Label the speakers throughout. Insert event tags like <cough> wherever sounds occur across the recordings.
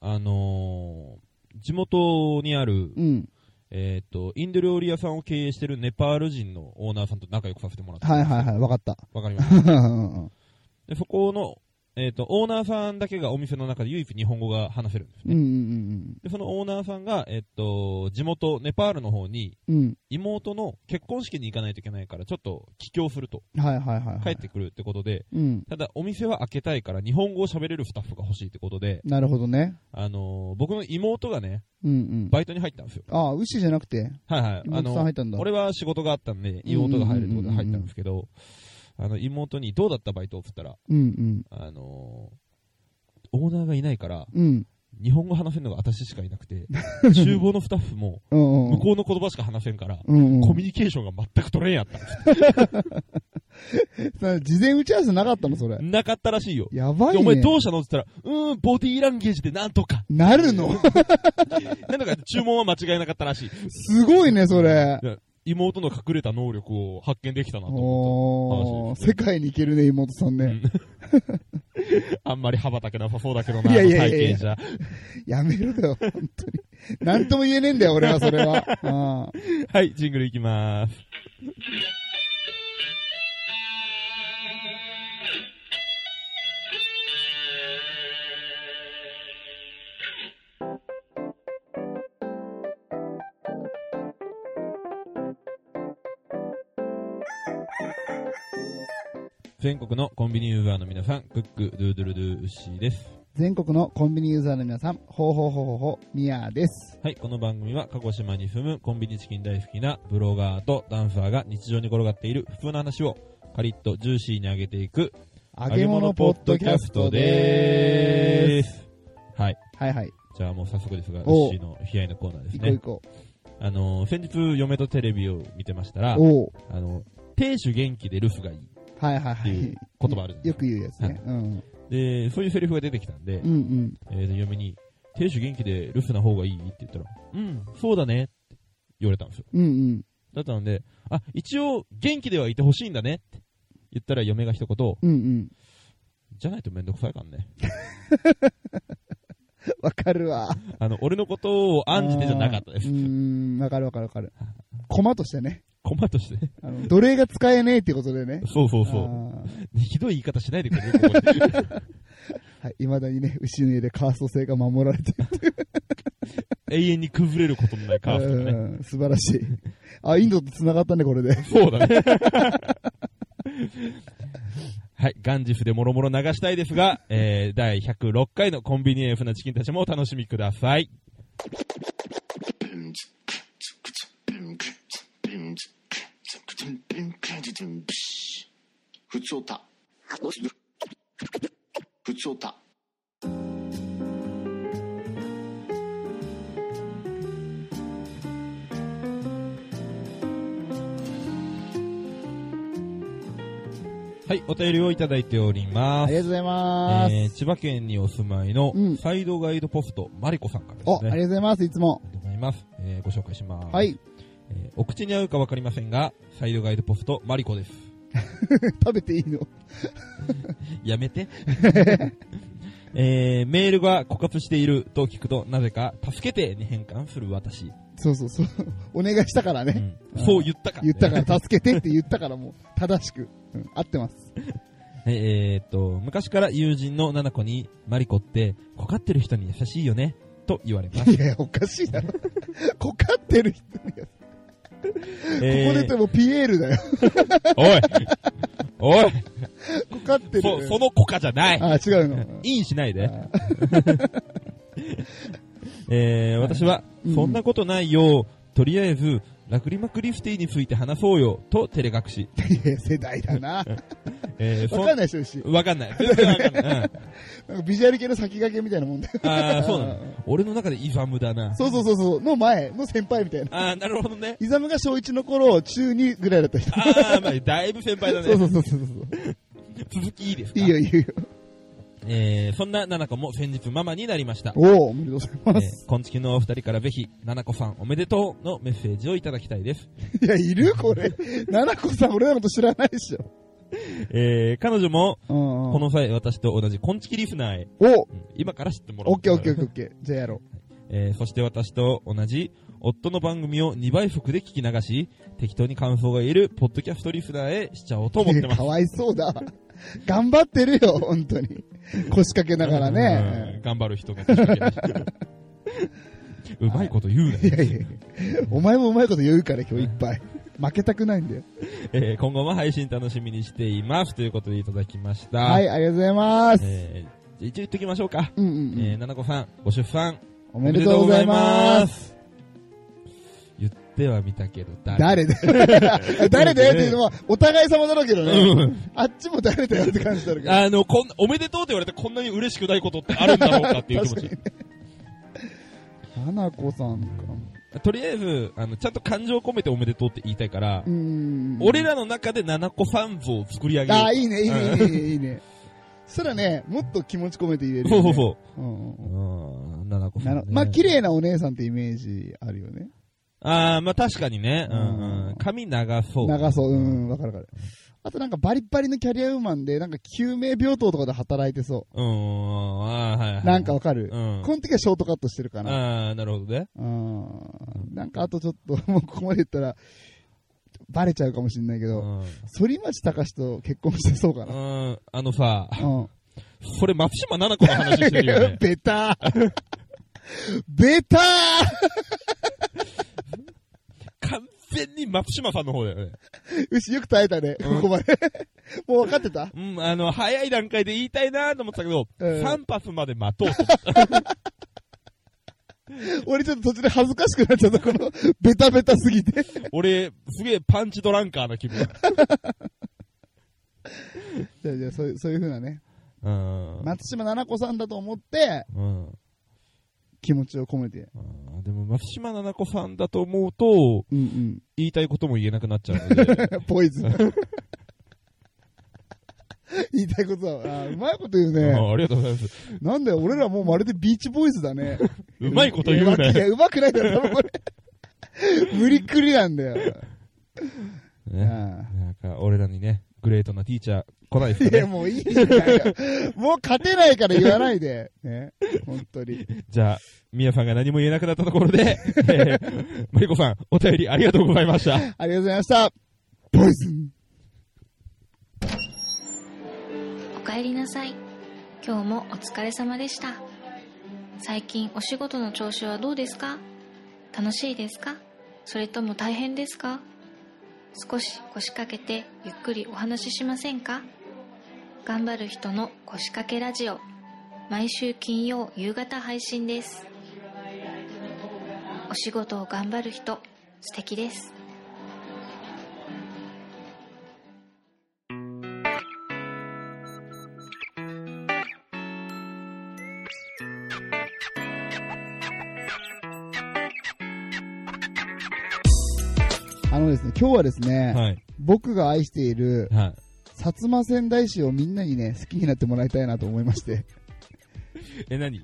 Speaker 1: あのー地元にある、
Speaker 2: うん。
Speaker 1: えっ、と、インド料理屋さんを経営してるネパール人のオーナーさんと仲良くさせてもらって。
Speaker 2: はいはいはい、わか
Speaker 1: <laughs>
Speaker 2: った。
Speaker 1: わかりま
Speaker 2: <laughs>
Speaker 1: した。
Speaker 2: うんうん
Speaker 1: で、そこの、えっ、と、オーナーさんだけがお店の中で唯一日本語が話せるんです
Speaker 2: うんう
Speaker 1: ね。
Speaker 2: ん
Speaker 1: で、そのオーナーさんが、えっ、と、地元、ネパールの方に、
Speaker 2: うんうん。
Speaker 1: 妹の結婚式に行かないといけないから、ちょっと帰郷すると、
Speaker 2: うん。はいはいはい。
Speaker 1: 帰って。くるってことで、
Speaker 2: うん。
Speaker 1: ただ、お店は開けたいから、日本語を喋れるスタッフが欲しいってことで、
Speaker 2: なるほどね。
Speaker 1: あのー僕の妹がね、
Speaker 2: うんうん。
Speaker 1: バイトに入ったんですよ。
Speaker 2: ああ、ウシじゃなくて、
Speaker 1: はいはい。あ
Speaker 2: 妹さん
Speaker 1: の
Speaker 2: 入、ったんだ。
Speaker 1: 俺は仕事があったんで、妹が入るってことで入ったんですけど、あの、妹に、どうだったバイトって言ったら、
Speaker 2: うん
Speaker 1: あのーオーナーがいないから、
Speaker 2: うん。うん。
Speaker 1: 日本語話せるのが私しかいなく
Speaker 2: <laughs>
Speaker 1: て、厨房のスタッフも、
Speaker 2: うんうん。
Speaker 1: 向こうの言葉しか話せんから、
Speaker 2: うんうん、
Speaker 1: コミュニケーションが全く取れんやったんです
Speaker 2: さ事前打ち合わせなかったのそれ。
Speaker 1: なかったらしいよ。
Speaker 2: やばい
Speaker 1: で
Speaker 2: ね。
Speaker 1: お前どうしたのって言ったら、うーん、ボディーランゲージでなんとか。
Speaker 2: なるの
Speaker 1: なんとか注文は間違いなかったらしい。
Speaker 2: すごいね、それ。
Speaker 1: 妹の隠れた能力を発見できたなと思っ
Speaker 2: お
Speaker 1: 楽し
Speaker 2: ー
Speaker 1: いで
Speaker 2: 世界に行けるね、妹さんね。
Speaker 1: <laughs> た。あんまり羽ばたけなさそうだけどな、
Speaker 2: いやいやいや
Speaker 1: あの体験者。
Speaker 2: やめろよ、本当に。なんとも言えねえんだよ、俺は、それは。あー
Speaker 1: はい、ジングルいきまーす。全国のコンビニユーザーの皆さん、クック、ドゥードゥルドゥー、ウッシーです。
Speaker 2: 全国のコンビニユーザーの皆さん、ほうほうほうほうほう、ミヤーです。
Speaker 1: はい、この番組は鹿児島に住むコンビニチキン大好きなブロガーとダンサーが日常に転がっている普通の話をカリッとジューシーに上げていく
Speaker 2: 揚げ物ポッドキャストでーす。
Speaker 1: す。はい、
Speaker 2: はいはい。
Speaker 1: じゃあもう早速ですが、ウ
Speaker 2: お
Speaker 1: ッシーの悲哀のコーナーです
Speaker 2: 行こう
Speaker 1: ね
Speaker 2: 行。こ
Speaker 1: あのー、先日嫁とテレビを見てましたら
Speaker 2: う。、おお
Speaker 1: あの、亭主元気で留守がいいっ
Speaker 2: はいはいは
Speaker 1: ていう
Speaker 2: い。
Speaker 1: 言葉あるじゃないで
Speaker 2: よ
Speaker 1: すか
Speaker 2: く言うやつね。うん。
Speaker 1: で、そういうセリフが出てきたんで
Speaker 2: うんう、ん。
Speaker 1: えーと嫁に、亭主元気で留守な方がいいって言ったら、うん、そうだねって言われたんですよ。
Speaker 2: うんうん。
Speaker 1: だったので、あ、一応元気ではいてほしいんだねって言ったら嫁が一言、
Speaker 2: うんうん。 <laughs>
Speaker 1: じゃないとめんどくさいからね。
Speaker 2: わかるわ。
Speaker 1: あの、俺のことを案じてじゃなかったで
Speaker 2: う
Speaker 1: す。
Speaker 2: ーん、わかるわかるわかる。コマとしてね。
Speaker 1: コマとして。
Speaker 2: あの奴隷が使えねえってことでね。
Speaker 1: そうそうそう。
Speaker 2: あー
Speaker 1: ひどい言い方しないでくれる <laughs> ここで
Speaker 2: はい、未だにね、牛の家でカースト性が守られてる。
Speaker 1: 永遠に崩れることのないカーフとかね。
Speaker 2: うん素晴らしい。あ、インドと繋がったね、こ
Speaker 1: <laughs>
Speaker 2: れで。
Speaker 1: そうだね。 <laughs> はい。ガンジフでもろもろ流したいですが、えー、第106回のコンビニエンスなチキンたちもお楽しみください。
Speaker 3: ふつおた。ふつおた。
Speaker 1: はい。お便りをいただいておりま
Speaker 2: あ
Speaker 1: す
Speaker 2: り。がとうございます。
Speaker 1: えー千葉県にお住まいの
Speaker 2: うん
Speaker 1: サイドガイドポスト、マリコさんからですね。
Speaker 2: お、ありがとうございます、いつも。 <laughs>
Speaker 1: ありがとうございます。えーご紹介します。
Speaker 2: はい。
Speaker 1: えーお口に合うかわかりませんが、サイドガイドポスト、マリコです。
Speaker 2: 食べていいの
Speaker 1: やめ
Speaker 2: <laughs>
Speaker 1: て。えーメールが枯渇していると聞くと、なぜか、助けてに変換する私。
Speaker 2: そうそうそう。 <laughs> お願いしたから
Speaker 1: う
Speaker 2: <laughs> ね。
Speaker 1: んそう言ったから、
Speaker 2: 言ったから、助けてって言ったからもう、正しく。うん、合ってます。
Speaker 1: えーっと、昔から友人の七子に、マリコって、こかってる人に優しいよね、と言われま
Speaker 2: <laughs>
Speaker 1: す。
Speaker 2: いやいや、おかしいだろ。こかってる人に。こ
Speaker 1: ここ
Speaker 2: こでてもピエールだよ。 <laughs>
Speaker 1: おいおい
Speaker 2: こかってる。
Speaker 1: そ、 <laughs> その子かじゃない
Speaker 2: あ、違うの。
Speaker 1: インしないで。
Speaker 2: あ
Speaker 1: <laughs> えー、私は、
Speaker 2: うん
Speaker 1: そんなことないよ。とりあえず、ラクリマクリフティについて話そうよ。と、照れ隠
Speaker 2: <laughs>
Speaker 1: し。
Speaker 2: いや世代
Speaker 1: <laughs>
Speaker 2: だな。
Speaker 1: えー、そ
Speaker 2: わかんない人いるし。
Speaker 1: わかんない。全然わかんない。うん
Speaker 2: なんかビジュアル系の先駆けみたいなもんだよ。 <laughs>
Speaker 1: ああ、そうなの。俺の中でイファムだな。
Speaker 2: そうそうそうそう。の前の先輩みたいな。
Speaker 1: ああ、なるほど
Speaker 2: <laughs>
Speaker 1: ね。
Speaker 2: イザムが小一の頃、中二ぐらいだった人。
Speaker 1: ああ、まあ、だいぶ先輩だ
Speaker 2: そうそ
Speaker 1: ね。
Speaker 2: うそうそうそう。
Speaker 1: 続きいいですか
Speaker 2: いいよいいよ。
Speaker 1: えー、そんなナナコも先日ママになりました。
Speaker 2: おお、おめでとうございます。
Speaker 1: えー、こんちきのお二人からぜひ、ナナコさんおめでとうのメッセージをいただきたいです。
Speaker 2: いや、いるこれ。七子さん、俺らのこと知らないでしょ。
Speaker 1: えー、彼女も、
Speaker 2: うんうん。
Speaker 1: この際私と同じコンチキリスナーへ、
Speaker 2: お
Speaker 1: うん今から知ってもらおう。
Speaker 2: オッケーオッケーオッケーオッケー。じゃあやろ
Speaker 1: えーそして私と同じ夫の番組を2倍速で聞き流し、適当に感想が言えるポッドキャストリスナーへしちゃおうと思ってま
Speaker 2: う。
Speaker 1: す
Speaker 2: <laughs> か。わいそうだわ。頑張ってるよ、本当に。腰掛けながら
Speaker 1: う
Speaker 2: ね
Speaker 1: ん。頑張る人が出てきましたうまいこと言う
Speaker 2: いや
Speaker 1: ね、
Speaker 2: いやいやお前もうまいこと言うから今日いっぱい。負けたくないんだよ。
Speaker 1: えー今後も配信楽しみにしています。ということでいただきました。
Speaker 2: はい、ありがとうございます。
Speaker 1: えーじゃあ一応言っときましょうか。
Speaker 2: うんうんう
Speaker 1: えー、
Speaker 2: ん。
Speaker 1: ななこさん、ご出産、
Speaker 2: おめでとうございます。
Speaker 1: す。言ってはみたけど、
Speaker 2: 誰だよ誰だよっていうのは、お互い様だろうけど
Speaker 1: う
Speaker 2: ね。あっちも誰だよって感じだろうけど。
Speaker 1: あの、こん、おめでとうって言われてこんなに嬉しくないことってあるんだろうかっていう気持ち。
Speaker 2: 確花子さんか。
Speaker 1: とりあえず、あの、ちゃんと感情を込めておめでとうって言いたいから
Speaker 2: う、ん。
Speaker 1: 俺らの中で七個ファン像を作り上げる。
Speaker 2: あ、いいね、いいね、いいね、いい
Speaker 1: <laughs>
Speaker 2: ね。そしたらね、もっと気持ち込めて言える
Speaker 1: そう
Speaker 2: よ
Speaker 1: そう
Speaker 2: ね。
Speaker 1: そう
Speaker 2: うんうん
Speaker 1: う。うん、七個フ
Speaker 2: な
Speaker 1: ァ
Speaker 2: の
Speaker 1: ン、
Speaker 2: まあ、綺。麗なお姉さんってイメージあるよね。
Speaker 1: ああ、まあ確かにね。うん、
Speaker 2: う
Speaker 1: うんん。髪長そう。
Speaker 2: 長そう。うん、わかるわかる。あとなんかバリッバリのキャリアウーマンで、なんか救命病棟とかで働いてそ
Speaker 1: うん。あーはいは
Speaker 2: う。
Speaker 1: い。
Speaker 2: なんか
Speaker 1: う
Speaker 2: わかる。
Speaker 1: ん。
Speaker 2: この時はショートカットしてるかな。
Speaker 1: ああ、なるほどね。
Speaker 2: うん。なんかあとちょっと、もうここまで言ったら、バレちゃうかもしれないけ
Speaker 1: う
Speaker 2: ど、
Speaker 1: ん。
Speaker 2: 反町隆史と結婚してそうかな。
Speaker 1: うん、あのさ、
Speaker 2: うん。。
Speaker 1: これ松島奈々子の話してるよね
Speaker 2: <laughs> ベターベター
Speaker 1: 完全に松島さんの方だよね。
Speaker 2: 牛よく耐えたね、
Speaker 1: うん
Speaker 2: ここまで。 <laughs> もう分かってた
Speaker 1: うん、あの、早い段階で言いたいなと思ってたけど、
Speaker 2: うん
Speaker 1: 3発まで待とうと。
Speaker 2: <laughs> 俺ちょっと途中で恥ずかしくなっちゃった、この、ベタベタすぎて。
Speaker 1: 俺、すげえパンチドランカーな気分。
Speaker 2: <laughs> じゃあじゃあそういう、そういう風なね、
Speaker 1: うん。
Speaker 2: 松島奈々子さんだと思って、
Speaker 1: うん。
Speaker 2: 気持ちを込めて。
Speaker 1: うんでも、松島奈々子さんだと思うと、
Speaker 2: うん
Speaker 1: 言いたいことも言えなくなっちゃうの
Speaker 2: <laughs>
Speaker 1: で。
Speaker 2: うん。ポイズン。言いたいことは、あーうまいこと言うね。
Speaker 1: あありがとうございます。
Speaker 2: なんだよ、俺らもうまるでビーチボーイズだね。
Speaker 1: うまいこと言う
Speaker 2: い
Speaker 1: ね。
Speaker 2: や、うまくないだろ、多分これ。無理くりなんだよ。
Speaker 1: ねなんか、俺らにね、グレートなティーチャー来ないで
Speaker 2: い
Speaker 1: すか
Speaker 2: や、
Speaker 1: ね。
Speaker 2: もういいじゃんよもう勝てないから言わないで。ね。本当に。
Speaker 1: じゃあ、みやさんが何も言えなくなったところ
Speaker 2: <laughs>
Speaker 1: で、えーマリコさん、お便りありがとうございました。
Speaker 2: ありがとうございました。ボイズン。
Speaker 3: おかえりなさい今日もお疲れ様でした最近お仕事の調子はどうですか楽しいですかそれとも大変ですか少し腰掛けてゆっくりお話ししませんか頑張る人の腰掛けラジオ毎週金曜夕方配信ですお仕事を頑張る人素敵です
Speaker 2: あのですね、今日はですね、
Speaker 1: はい。
Speaker 2: 僕が愛している
Speaker 1: はい。
Speaker 2: 薩摩仙台市をみんなにね、好きになってもらいたいなと思いまして。
Speaker 1: え、何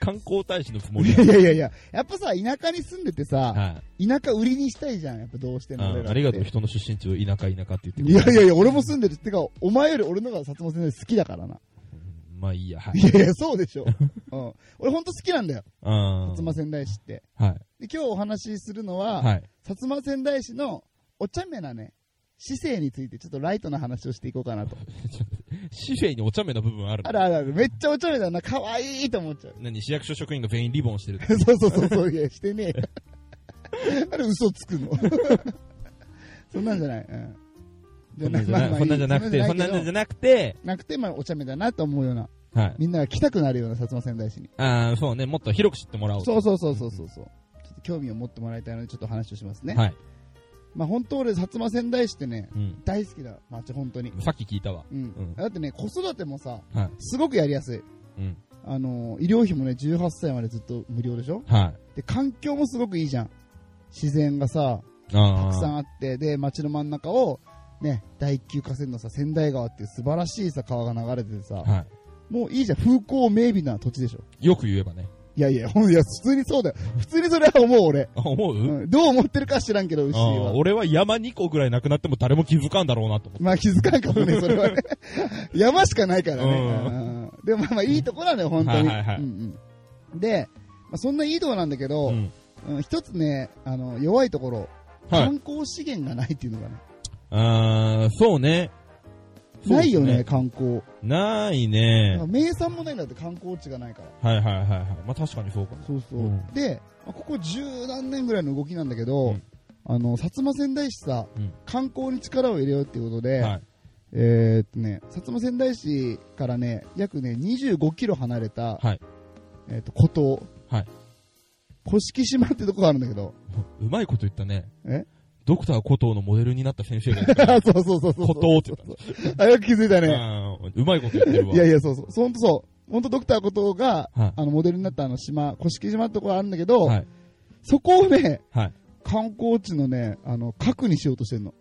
Speaker 1: 観光大使のつもり
Speaker 2: <laughs> い
Speaker 1: や
Speaker 2: <laughs> やいやいやいや、やっぱさ、田舎に住んでてさ、
Speaker 1: はい。
Speaker 2: 田舎売りにしたいじゃん、やっぱどうしても俺らっ
Speaker 1: あ
Speaker 2: て。
Speaker 1: ありがとう、人の出身地を田舎田舎って言って
Speaker 2: いやいやいや、俺も住んでる。てか、お前より俺の方が薩摩先生好きだからな。
Speaker 1: まあいいや、はい
Speaker 2: <laughs> い。やいや、そうでしょ。うん。俺ほんと好きなんだよ。
Speaker 1: あ
Speaker 2: 薩摩仙台市って。
Speaker 1: あ。はい。
Speaker 2: で、今日お話しするのは、
Speaker 1: はい。
Speaker 2: 薩摩仙台市のお茶目なね、市政についてちょっとライトな話をしていこうかなと。
Speaker 1: シフェイにお茶目な部分あるの
Speaker 2: あるあるある。めっちゃお茶目だな。可愛いと思っちゃう。
Speaker 1: 何市役所職員が全員リボンしてる。
Speaker 2: <laughs> そうそうそうそう。いや、してねえ <laughs> よ。あれ嘘つくの。そんなんじゃない。うん。
Speaker 1: そんなんじゃない。そんなんじゃなくて、そんなんじ
Speaker 2: な
Speaker 1: ゃなくて、
Speaker 2: なくて、まあ、お茶目だなと思うような、
Speaker 1: はい。
Speaker 2: みんなが来たくなるような薩摩仙台市に。
Speaker 1: ああ、そうね、もっと広く知ってもらおう。
Speaker 2: そうそうそうそうそうそう。ちょっと興味を持ってもらいたいので、ちょっと話をしますね。
Speaker 1: はい。
Speaker 2: まあ本当俺、薩摩仙台市ってね、
Speaker 1: うん。
Speaker 2: 大好きだ、町、本当に。
Speaker 1: さっき聞いたわ。
Speaker 2: う
Speaker 1: う
Speaker 2: ん。
Speaker 1: ん
Speaker 2: だってね、子育てもさ、
Speaker 1: はい。
Speaker 2: すごくやりやすい。
Speaker 1: うん。
Speaker 2: あのー、医療費もね、18歳までずっと無料でしょ
Speaker 1: はい。
Speaker 2: で、環境もすごくいいじゃん。自然がさ、
Speaker 1: あ
Speaker 2: た
Speaker 1: あ。
Speaker 2: くさんあって、で、町の真ん中を、ね、第一級河川のさ、仙台川っていう素晴らしいさ、川が流れててさ、
Speaker 1: は
Speaker 2: もういいじゃん、風光明媚な土地でしょ。
Speaker 1: い。よく言えばね。
Speaker 2: いいやいや、ほん、いや、普通にそうだよ。普通にそれは思う、俺。
Speaker 1: あ思う、
Speaker 2: うん、どう思ってるか知らんけど、牛
Speaker 1: ああ
Speaker 2: は。
Speaker 1: 俺は山2個ぐらいなくなっても誰も気づかんだろうなと思って。
Speaker 2: まあ気づかんかもね、それ
Speaker 1: <laughs>
Speaker 2: はね。山しかないからね。
Speaker 1: う
Speaker 2: うんでもまあまあいいとこなのよ、本当に。
Speaker 1: はいはいはい
Speaker 2: うんうんで、まあ、そんないいとこなんだけど、
Speaker 1: うん
Speaker 2: うん一つね、あの、弱いところ、
Speaker 1: はい。
Speaker 2: 観光資源がないっていうのがね。
Speaker 1: あーそうね。そう
Speaker 2: な
Speaker 1: です
Speaker 2: いよね、。観光。
Speaker 1: ないね。
Speaker 2: 名産もないんだって観光地がないから。
Speaker 1: はいはいはいはい。まあ確かにそうかも。
Speaker 2: そうそう。
Speaker 1: うん
Speaker 2: で、まあここ十何年ぐらいの動きなんだけ
Speaker 1: う
Speaker 2: ど、
Speaker 1: ん
Speaker 2: あの、薩摩仙台市さ、
Speaker 1: うん
Speaker 2: 観光に力を入れようっていうことで、
Speaker 1: はい。 <laughs>
Speaker 2: えーっとね、薩摩仙台市からね、約ね、25キロ離れた、
Speaker 1: はい
Speaker 2: えーっと、孤島。
Speaker 1: はい
Speaker 2: 甑島ってとこがあるんだけど。
Speaker 1: うまいこと言ったね。
Speaker 2: え
Speaker 1: ドクターコトーのモデルになった先生がいるから
Speaker 2: <laughs> そうそうそうそうそう。
Speaker 1: コトーって言ったんです
Speaker 2: あ、よく気づいたね。
Speaker 1: あーうまいこと言ってるわ。
Speaker 2: いやいや、そうそう。ほんとそう。ほんとドクターことが、
Speaker 1: はい
Speaker 2: あの、モデルになったあの島、甑島ってとこがあるんだけど、
Speaker 1: はい。
Speaker 2: そこをね、
Speaker 1: はい。
Speaker 2: 観光地のね、あの、核にしようとしてるの。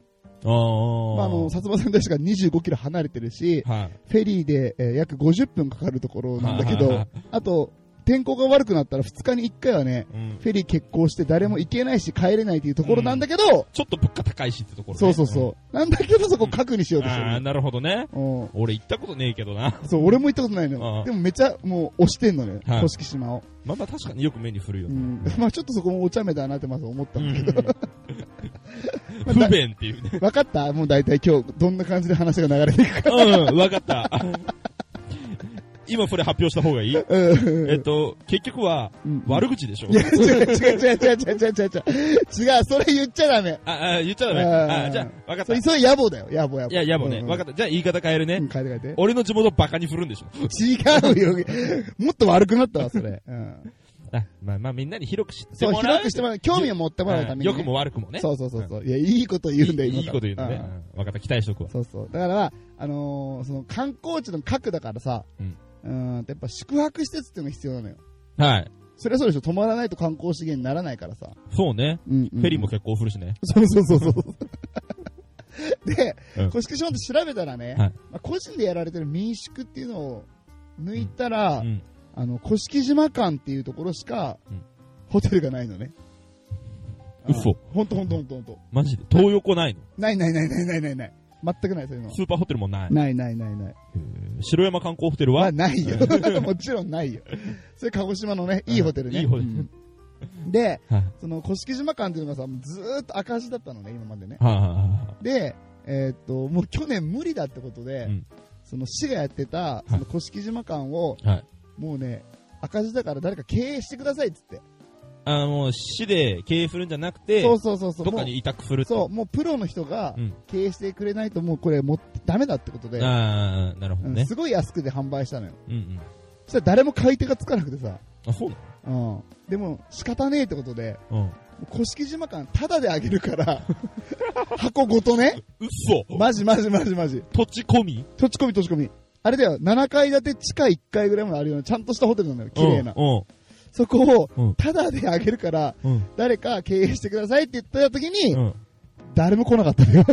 Speaker 1: あー
Speaker 2: まあ、あの、薩摩仙台市から25キロ離れてるし、
Speaker 1: はい。
Speaker 2: フェリーで、えー約50分かかるところなんだけど、あと、天候が悪くなったら2日に1回はね、
Speaker 1: うん
Speaker 2: フェリー欠航して誰も行けないし帰れないというところなんだけど、
Speaker 1: ちょっと物価高いしってところね。
Speaker 2: そうそうそう。なんだけどそこ核にしよ
Speaker 1: う。
Speaker 2: うんとして
Speaker 1: ああ、
Speaker 2: る
Speaker 1: なるほどね。
Speaker 2: の。うん
Speaker 1: 俺行ったことねえけどな。
Speaker 2: そう、俺も行ったことないの
Speaker 1: あ
Speaker 2: よ。
Speaker 1: あ
Speaker 2: でもめちゃ、もう押してんのね、
Speaker 1: はい
Speaker 2: 甑島を。
Speaker 1: まあまあ確かによく目にするよ
Speaker 2: う
Speaker 1: ね。
Speaker 2: ん。 <laughs> まあちょっとそこもお茶目だなってまず思った
Speaker 1: うん
Speaker 2: だけ
Speaker 1: ん
Speaker 2: ど。まあ
Speaker 1: 不便っていうね。
Speaker 2: 分かったもう大体今日どんな感じで話が流れていくか。
Speaker 1: うん、わかった。今それ発表した方がいい
Speaker 2: うん
Speaker 1: えっと、結局は、
Speaker 2: うん
Speaker 1: 悪口でしょ
Speaker 2: いや、違う違う違う違う違う違う違う違う。違う、それ言っちゃダメ。
Speaker 1: あ、あ、言っちゃダメ。
Speaker 2: あー
Speaker 1: あ、じゃあ、わかっ
Speaker 2: そ
Speaker 1: た。
Speaker 2: れ、
Speaker 1: い
Speaker 2: それ野暮だよ。野暮野暮。
Speaker 1: や、やもね。わかっ
Speaker 2: っ
Speaker 1: た。じゃあ言い方変える
Speaker 2: たう
Speaker 1: ね
Speaker 2: ん、。変えて変えて。
Speaker 1: 俺の地元バカに振るんでしょ。
Speaker 2: 違うよ。もっと悪くなったわ、それ。うん。
Speaker 1: あまあまあみんなに広く知って
Speaker 2: そう、
Speaker 1: もらう。
Speaker 2: 広くしてもらう。興味を持ってもらうためにね。
Speaker 1: 良くも悪くもね。。
Speaker 2: そううそうそうそう。いや、いいこと言うんだよ、今
Speaker 1: いいこと言うんだね。
Speaker 2: から
Speaker 1: うんわかった。期待しとくわ
Speaker 2: ん。そうそう。だから、あのー、その観光地の核だからさ、
Speaker 1: うん
Speaker 2: うん。やっぱ宿泊施設っていうのが必要なのよ。
Speaker 1: はい。
Speaker 2: それはそうでしょ。泊まらないと観光資源にならないからさ。
Speaker 1: そうね。
Speaker 2: うんうん。
Speaker 1: フェリーも結構振るしね。
Speaker 2: そうそうそうそう。で
Speaker 1: うん、
Speaker 2: 甑島って調べたら
Speaker 1: は
Speaker 2: ね、
Speaker 1: い
Speaker 2: まあ、個人でやられてる民宿っていうのを抜いたら、
Speaker 1: うん。
Speaker 2: あの、甑島間っていうところしか、
Speaker 1: うん
Speaker 2: ホテルがないのね。
Speaker 1: 嘘
Speaker 2: あ。ほんとほんとほんとほんと。
Speaker 1: マジで。東横ないの
Speaker 2: ないないないないないないない。全くない、そういうの。
Speaker 1: スーパーホテルもない。
Speaker 2: ないないないない。
Speaker 1: 白山観光ホテル
Speaker 2: ま
Speaker 1: は
Speaker 2: あ、ないよ。 <laughs> もちろんないよ。それ鹿児島のね、いいホテルね。
Speaker 1: いいホテル
Speaker 2: うんで、
Speaker 1: はい。
Speaker 2: その甑島間っていうのがさ、ずーっと赤字だったのね、今までね。
Speaker 1: はいはいはいはい。
Speaker 2: で、えーっと、もう去年無理だってことで、
Speaker 1: うん
Speaker 2: その市がやってた、
Speaker 1: い
Speaker 2: その甑島館を、
Speaker 1: はい
Speaker 2: もうね、赤字だから誰か経営してくださいっつって。
Speaker 1: あの、市で経営するんじゃなくて、
Speaker 2: そうそうそうそう。
Speaker 1: どっかに委託す
Speaker 2: も
Speaker 1: る
Speaker 2: うそう、
Speaker 1: と。
Speaker 2: もうプロの人が
Speaker 1: うん
Speaker 2: 経営してくれないともうこれもうダメだってことで、
Speaker 1: ああ、なるほど
Speaker 2: うん
Speaker 1: ね。
Speaker 2: すごい安くで販売したのよ。
Speaker 1: うんうん。
Speaker 2: そしたら誰も買い手がつかなくてさ、
Speaker 1: あ、そうな
Speaker 2: うん。でも仕方ねえってことで、
Speaker 1: の
Speaker 2: 甑島館タダであげ
Speaker 1: <laughs>
Speaker 2: るから、箱ごとね。
Speaker 1: うん。嘘
Speaker 2: マジマジマジマジ。
Speaker 1: 土地込み
Speaker 2: 閉じ込み閉じ込み。あれだよ、7階建て地下1階ぐらいまであるような、ちゃんとしたホテルなんだよ、綺麗な。
Speaker 1: うん。
Speaker 2: そこ
Speaker 1: うん
Speaker 2: を、タダであげるから、
Speaker 1: うん。
Speaker 2: 誰か経営してくださいって言った時に、
Speaker 1: うん。
Speaker 2: 誰も来なかった
Speaker 1: <laughs>
Speaker 2: のよ。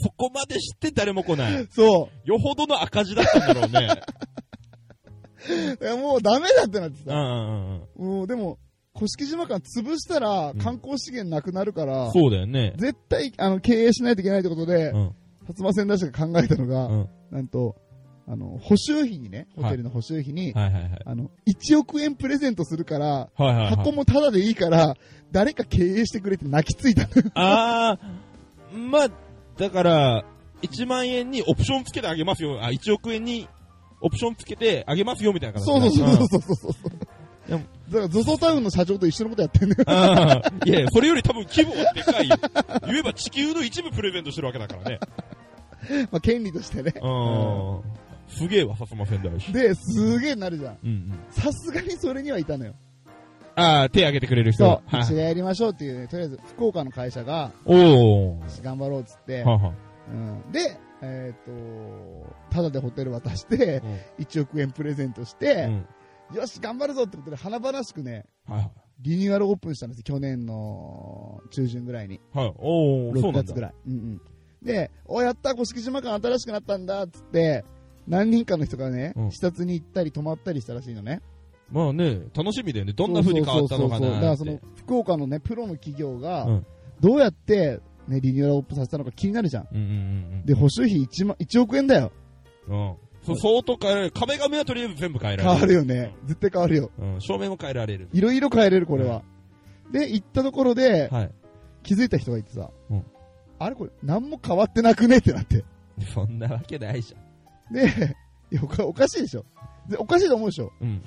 Speaker 1: そこまでして誰も来ない。
Speaker 2: そ
Speaker 1: よほどの赤字だったんだろうね。
Speaker 2: う。だからもうダメだってなって
Speaker 1: うん
Speaker 2: さ。
Speaker 1: うんうん
Speaker 2: もうでも、甑島間潰したら
Speaker 1: うん
Speaker 2: 観光資源なくなるから、
Speaker 1: うん。そうだよね。
Speaker 2: 絶対あの経営しないといけないってことで、
Speaker 1: うん。
Speaker 2: 薩摩川内市が考えたのが、
Speaker 1: うん
Speaker 2: なんと、あの、補修費にね、ホテルの補修費に、
Speaker 1: はいはいはい。
Speaker 2: あの、1億円プレゼントするから、
Speaker 1: はいはいは
Speaker 2: 箱
Speaker 1: い。
Speaker 2: もタダでいいから、誰か経営してくれって泣きついたのよ。
Speaker 1: ああ、まあ、だから、1万円にオプションつけてあげますよ。あ、1億円にオプションつけてあげますよみたいな
Speaker 2: そう
Speaker 1: 感
Speaker 2: そう
Speaker 1: じ。
Speaker 2: そうそうそうそう
Speaker 1: いや
Speaker 2: だから、ゾゾタウンの社長と一緒のことやってんだ
Speaker 1: <laughs>
Speaker 2: よ。
Speaker 1: ああ、いやいや、それより多分規模がでかいよ。言えば地球の一部プレゼントしてるわけだからね。
Speaker 2: まあ、権利としてね。
Speaker 1: うん。すげえわ、さすませんだし。
Speaker 2: で、すげえなるじゃん。
Speaker 1: うんうん。
Speaker 2: さすがにそれにはいたのよ。
Speaker 1: ああ、手挙げてくれる人
Speaker 2: そ
Speaker 1: は。
Speaker 2: う。うち
Speaker 1: い。
Speaker 2: でやりましょうっていうね、とりあえず、福岡の会社が、
Speaker 1: おお。
Speaker 2: 頑張ろうっつって、
Speaker 1: はは。
Speaker 2: うん、で、えっ、と、タダでホテル渡して、
Speaker 1: うん
Speaker 2: 1億円プレゼントし
Speaker 1: う
Speaker 2: て、
Speaker 1: ん。
Speaker 2: よし、頑張るぞってことで、華々しくね、
Speaker 1: はいは
Speaker 2: リニューアルオープンしたんですよ、去年の中旬ぐらいに。
Speaker 1: い。はい。おお、そう
Speaker 2: 6
Speaker 1: なん
Speaker 2: 月
Speaker 1: だ
Speaker 2: ぐ。らい。うんうん。で、お、やった、甑島館新しくなったんだ、っつって、何人かの人がね
Speaker 1: う、ん
Speaker 2: 視察に行ったり泊まったりしたらしいのね。
Speaker 1: まあね、楽しみだよね。どんな風に変わったのか
Speaker 2: そうそうそうそうだか
Speaker 1: な
Speaker 2: ら
Speaker 1: っ
Speaker 2: その
Speaker 1: て。
Speaker 2: 福岡のねプロの企業が、
Speaker 1: うん
Speaker 2: どうやって、ね、リニューアルオープンさせたのか気になるじゃん
Speaker 1: うんうん
Speaker 2: で補修費 1, 万1億円だよ
Speaker 1: うんうん。そう相当変えられる。壁紙はとりあえず全部変えられ
Speaker 2: 変
Speaker 1: る。
Speaker 2: わるよね、絶対変わるよ
Speaker 1: うん。照明も変えられる。
Speaker 2: いろいろ変えれるこれは、で行ったところで、
Speaker 1: はい。 <laughs>
Speaker 2: 気づいた人がいてさ、
Speaker 1: うん
Speaker 2: あれこれ何も変わってなくねってなって
Speaker 1: そんなわけないじ
Speaker 2: でいやおかおかしいでしょでおかしいと思うでしょ
Speaker 1: ゃん。うん。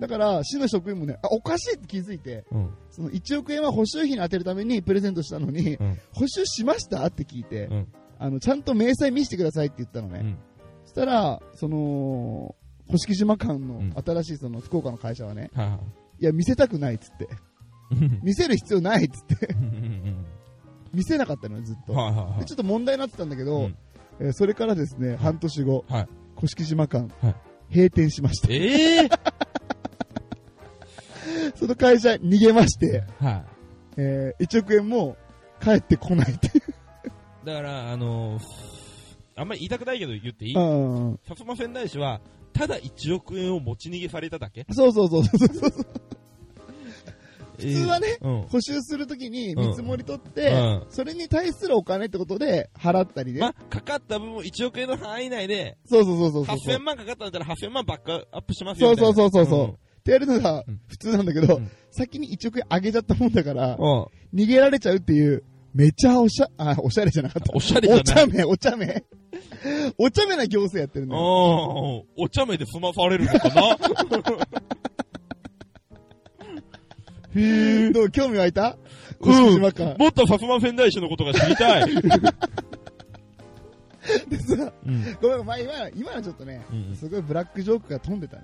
Speaker 2: だから市の職員もねあおかしいって気づいて
Speaker 1: うん。
Speaker 2: その1億円は補修費に当てるためにプレゼントしたのに、
Speaker 1: うん
Speaker 2: 補修しましたって聞いて、
Speaker 1: うん
Speaker 2: あのちゃんと明細見せてくださいって言ったのね、
Speaker 1: うん
Speaker 2: そしたらその甑島間
Speaker 1: う
Speaker 2: の
Speaker 1: ん
Speaker 2: 新しいその福岡の会社はね、
Speaker 1: はいはい
Speaker 2: や見せたくないっつって
Speaker 1: い。うん
Speaker 2: 見せる必要ないっつって <laughs>
Speaker 1: うん
Speaker 2: 見せなかったのよずっ
Speaker 1: う
Speaker 2: と、
Speaker 1: んはいはいはい
Speaker 2: でちょっと問題になってたんだけど、
Speaker 1: うん
Speaker 2: えーそれからですね半年後、
Speaker 1: はい
Speaker 2: 甑島間、
Speaker 1: はい
Speaker 2: 閉店しました
Speaker 1: ええ
Speaker 2: その会社逃げまして、
Speaker 1: は
Speaker 2: えー1億円も返ってこないって
Speaker 1: い。だから、あのー、あんまり言いたくないけど言っていい
Speaker 2: うんうんうん
Speaker 1: 薩摩川内市は、ただ1億円を持ち逃げされただけ
Speaker 2: そうそうそうそうそうそう
Speaker 1: 普
Speaker 2: 通はね、
Speaker 1: うん。
Speaker 2: 補修するときに見積もり取って、
Speaker 1: うん
Speaker 2: それに対するお金ってことで払ったりね、
Speaker 1: まあ、かかった分も1億円の範囲内で、
Speaker 2: そうそうそうそうそう
Speaker 1: 8000万かかったんだったら8000万バックアップしますよ
Speaker 2: そ
Speaker 1: みた
Speaker 2: う
Speaker 1: い
Speaker 2: そ
Speaker 1: な。
Speaker 2: うそうそうそう、ってやるのが
Speaker 1: うん
Speaker 2: 普通なんだけど、
Speaker 1: うん
Speaker 2: 先に1億円あげちゃったもんだから、
Speaker 1: うん。うん
Speaker 2: 逃げられちゃうっていう、めちゃおしゃ、あ、おしゃれじゃなかった。
Speaker 1: おしゃれじゃ
Speaker 2: お
Speaker 1: な
Speaker 2: 茶
Speaker 1: い。
Speaker 2: 目、お茶目。お茶目な行政やってるのよ。
Speaker 1: おお茶目で済まされるのかな
Speaker 2: どう興味湧いた甑島か。
Speaker 1: もっと薩摩川内市のことが知りたい。
Speaker 2: <laughs> でさ、
Speaker 1: うん。
Speaker 2: ごめん、お前今の、今のちょっとね、
Speaker 1: うん
Speaker 2: すごいブラックジョークが飛んでたね。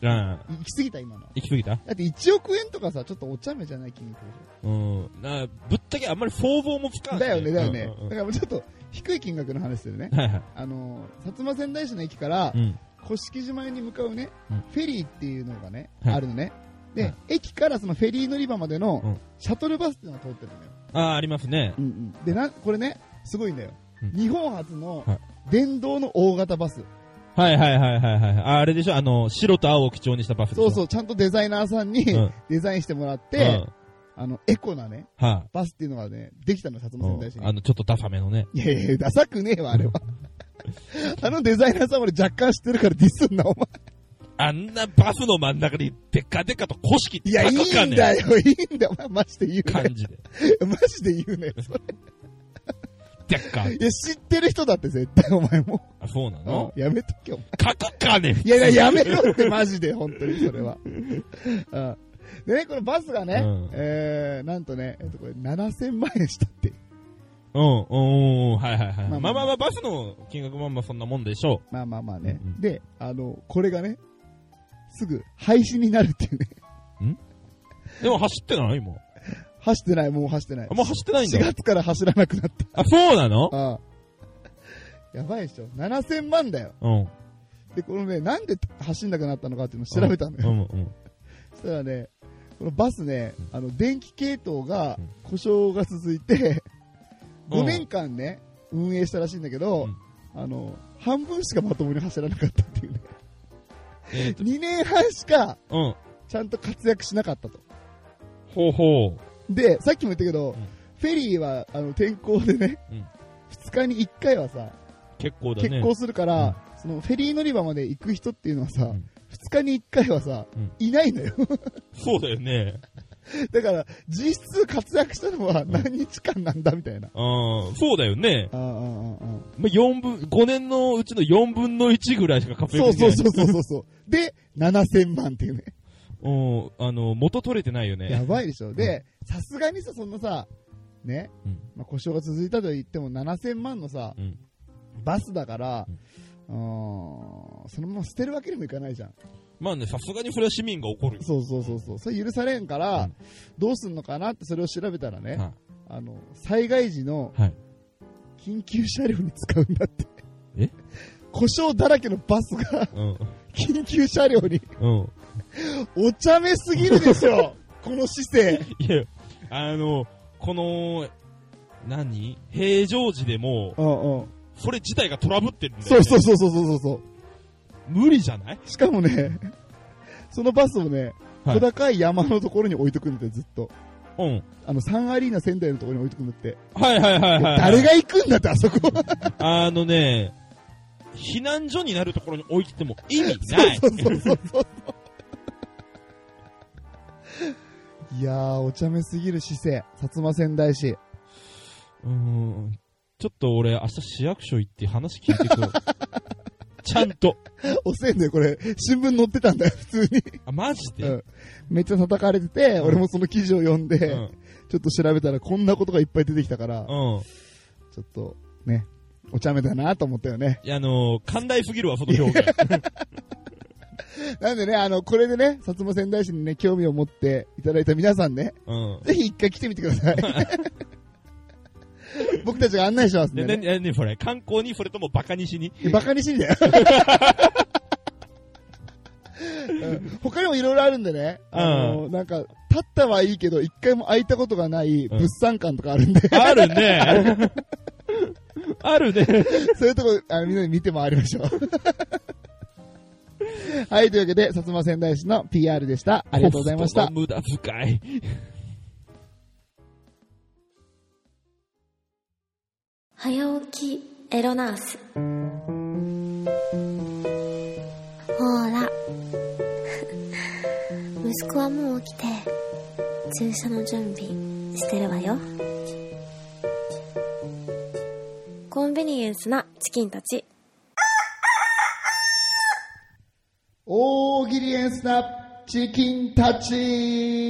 Speaker 1: うん。
Speaker 2: 行き過ぎた、今の。
Speaker 1: 行き過ぎた
Speaker 2: だって1億円とかさ、ちょっとお茶目じゃない筋肉でし
Speaker 1: うん。なぶっちゃけあんまり想像もつか
Speaker 2: ょ
Speaker 1: ん
Speaker 2: だよね、だよね
Speaker 1: うん。うん
Speaker 2: だからもうちょっと低い金額の話するね
Speaker 1: う。んはいはい。
Speaker 2: あのー、薩摩川内市の駅から
Speaker 1: う、ん。
Speaker 2: 甑島に向かうね、
Speaker 1: うん
Speaker 2: フェリーっていうのがね、
Speaker 1: はい
Speaker 2: あるのね。で、
Speaker 1: はい
Speaker 2: 駅からそのフェリー乗り場まで
Speaker 1: う
Speaker 2: の
Speaker 1: ん
Speaker 2: シャトルバスっていうのが通ってるのよ。
Speaker 1: ああ、ありますね。
Speaker 2: でな、これね、すごいんだよ。
Speaker 1: うん
Speaker 2: 日本初の
Speaker 1: はい
Speaker 2: 電動の大型バス。
Speaker 1: はいはいはいはいはい。ああれでしょあの、白と青を基調にしたバスでし
Speaker 2: そ
Speaker 1: ょ
Speaker 2: うそう、ちゃんとデザイナーさんに
Speaker 1: うん。
Speaker 2: デザインしてもらっ
Speaker 1: う
Speaker 2: て、
Speaker 1: ん
Speaker 2: あの、エコなね、
Speaker 1: は
Speaker 2: バスっていうのがね、できたの、薩
Speaker 1: い。
Speaker 2: 摩川内市
Speaker 1: うんあ
Speaker 2: に。
Speaker 1: の、ちょっとダサめのね。
Speaker 2: いやいや、ダサくねえわ、あ
Speaker 1: <laughs>
Speaker 2: れは。あのデザイナーさん俺若干知ってるからディスんな、お前。
Speaker 1: あんなバスの真ん中にでかでかと古式って
Speaker 2: いや、い
Speaker 1: 書くか
Speaker 2: いん
Speaker 1: ね
Speaker 2: だよ、いいんだよ、お前マジで言うね。
Speaker 1: 感じで。
Speaker 2: マジで言
Speaker 1: <laughs>
Speaker 2: うね。それ
Speaker 1: でっか。
Speaker 2: いや、知ってる人だって絶対、お前も
Speaker 1: あ、そうな
Speaker 2: う。
Speaker 1: の
Speaker 2: やめとけ、お前。
Speaker 1: 書くかね
Speaker 2: いやいや、やめろって、マジで、本当に、それは。
Speaker 1: <laughs>
Speaker 2: うんでね、このバスがね、
Speaker 1: うん
Speaker 2: えー、なんとね、えっと、これ、7000万円したって。
Speaker 1: うん、うんうん、うんはいはいはい。
Speaker 2: ま
Speaker 1: ま
Speaker 2: あ
Speaker 1: あ
Speaker 2: ま
Speaker 1: ま
Speaker 2: あ
Speaker 1: あまあ、バスの金額まあまあそんなもんでしょ
Speaker 2: まあまあまあね。
Speaker 1: うんうん
Speaker 2: で、あの、これがね、すぐ廃止になるっていうね。
Speaker 1: う。でも走ってない今。
Speaker 2: 走ってない、もう走ってない
Speaker 1: あ、。もう走ってないん
Speaker 2: 4
Speaker 1: だよ。
Speaker 2: 月から走らなくなった。
Speaker 1: あ、そうなの
Speaker 2: ああやばいでしょ。7000万だよ。
Speaker 1: うん。
Speaker 2: で、このね、なんで走んなくなったのかっていうのを調べたの
Speaker 1: う
Speaker 2: よ。
Speaker 1: ん、うん。
Speaker 2: そしたらね、このバスね、あの、電気系統が
Speaker 1: うん
Speaker 2: 故障が続いて、
Speaker 1: うん
Speaker 2: 5年間ね、運営したらしいんだけど、
Speaker 1: うん
Speaker 2: あの、半分しかまともに走らなかったっていうね。
Speaker 1: えーと
Speaker 2: 2年半しか、
Speaker 1: うん。
Speaker 2: ちゃんと活躍しなかったと。
Speaker 1: ほうほう。
Speaker 2: で、さっきも言ったけど、
Speaker 1: ん
Speaker 2: フェリーは、あの、天候でね、
Speaker 1: うん
Speaker 2: 2日に1回はさ、
Speaker 1: 結構だね。
Speaker 2: 欠航するから、そのフェリー乗り場まで行く人っていうのはさ、
Speaker 1: ん
Speaker 2: 2日に1回はさ、
Speaker 1: うん
Speaker 2: いないのよ。 <laughs>
Speaker 1: そうだよね。
Speaker 2: だから、実質活躍したのは何日間なんだみたいな。
Speaker 1: うん。そうだよね。
Speaker 2: ああ、ああ、ああ。
Speaker 1: まあ、4分、5年のうちの4分の1ぐらいしか活
Speaker 2: そ
Speaker 1: 躍
Speaker 2: う
Speaker 1: して
Speaker 2: そ
Speaker 1: な
Speaker 2: う
Speaker 1: い。
Speaker 2: そうそうそう。で、7000万っていうね。
Speaker 1: うん。あの、元取れてないよ
Speaker 2: や
Speaker 1: ね。
Speaker 2: ばいでしょ。で、さすがにさ、そんなさ、ね、
Speaker 1: うん
Speaker 2: まあ、故障が続いたと言っても7000万のさ、
Speaker 1: うん。
Speaker 2: バスだから、うーん、そのまま捨てるわけにもいかないじゃん。
Speaker 1: まあね、さすがにそれは市民が怒るよ。
Speaker 2: そうそうそうそう。それ許されんから、
Speaker 1: うん
Speaker 2: どうすんのかなってそれを調べたらね、
Speaker 1: は
Speaker 2: あの、災害時の
Speaker 1: い。はい。
Speaker 2: 緊急車両に使うんだって。
Speaker 1: え
Speaker 2: 故障だらけのバスが <laughs>
Speaker 1: うん。
Speaker 2: 緊急車両に、
Speaker 1: うん。
Speaker 2: お茶目すぎるで
Speaker 1: <laughs>
Speaker 2: しょこの姿勢。
Speaker 1: いや、あの、この、何平常時でも、
Speaker 2: うんうん。
Speaker 1: それ自体がトラブってるんだよ、ね。
Speaker 2: そうそうそうそうそうそう。
Speaker 1: 無理じゃない
Speaker 2: しかもね、そのバスをね、
Speaker 1: はい
Speaker 2: 小高い山のところに置いとくんだって、ずっと。
Speaker 1: うん。
Speaker 2: あの、サンアリーナ仙台のところに置いとくんだって。
Speaker 1: はいはいはいはい。
Speaker 2: 誰が行くんだって、あそ
Speaker 1: <laughs>
Speaker 2: こ。
Speaker 1: あのね、避難所になるところに置いてても意味
Speaker 2: そ
Speaker 1: ない。
Speaker 2: うそうそうそう。いやー、お茶目すぎる姿勢。薩摩仙台市。
Speaker 1: うーん。ちょっと俺、明日市役所行って話聞いてく
Speaker 2: <laughs>
Speaker 1: る。ちゃんと。
Speaker 2: 遅えんだよ、これ。新聞載ってたんだよ、普通に。
Speaker 1: あ、マジ
Speaker 2: う
Speaker 1: で、
Speaker 2: んめっちゃ叩かれてて、
Speaker 1: うん
Speaker 2: 俺もその記事を読んで、
Speaker 1: うん、
Speaker 2: ちょっと調べたらこんなことがいっぱい出てきたから、
Speaker 1: うん。
Speaker 2: ちょっと、ね、お茶目だなと思ったよね。
Speaker 1: いや、あのー、寛大すぎるわ、その表現。
Speaker 2: なんでね、あの、これでね、薩摩仙台市にね、興味を持っていただいた皆さんね、
Speaker 1: うん。
Speaker 2: ぜひ一回来てみてく
Speaker 1: <laughs>
Speaker 2: ださい。僕たちが案内しますん
Speaker 1: で、
Speaker 2: で
Speaker 1: ね、
Speaker 2: ね。
Speaker 1: ね、ね、それ、観光に、それともバカにしに。
Speaker 2: バカにし
Speaker 1: <laughs>
Speaker 2: んだよ。うん他にもいろいろあるんでね、
Speaker 1: うん
Speaker 2: あのなんか、立ったはいいけど、一回も空いたことがない物産館とかあるんで、
Speaker 1: あるね。あるね。
Speaker 2: <laughs> そういうとこ、あのみんなに見て回りましょう。 <laughs> はい、というわけで、薩摩仙台市の PR でした。ありがとうございまし
Speaker 1: コ
Speaker 2: た
Speaker 1: スト。の無駄遣い。
Speaker 4: 早起きエロナースほーら <laughs> 息子はもう起きて注射の準備してるわよコンビニエンスなチキンたち
Speaker 2: 大喜利エンスナチキンたち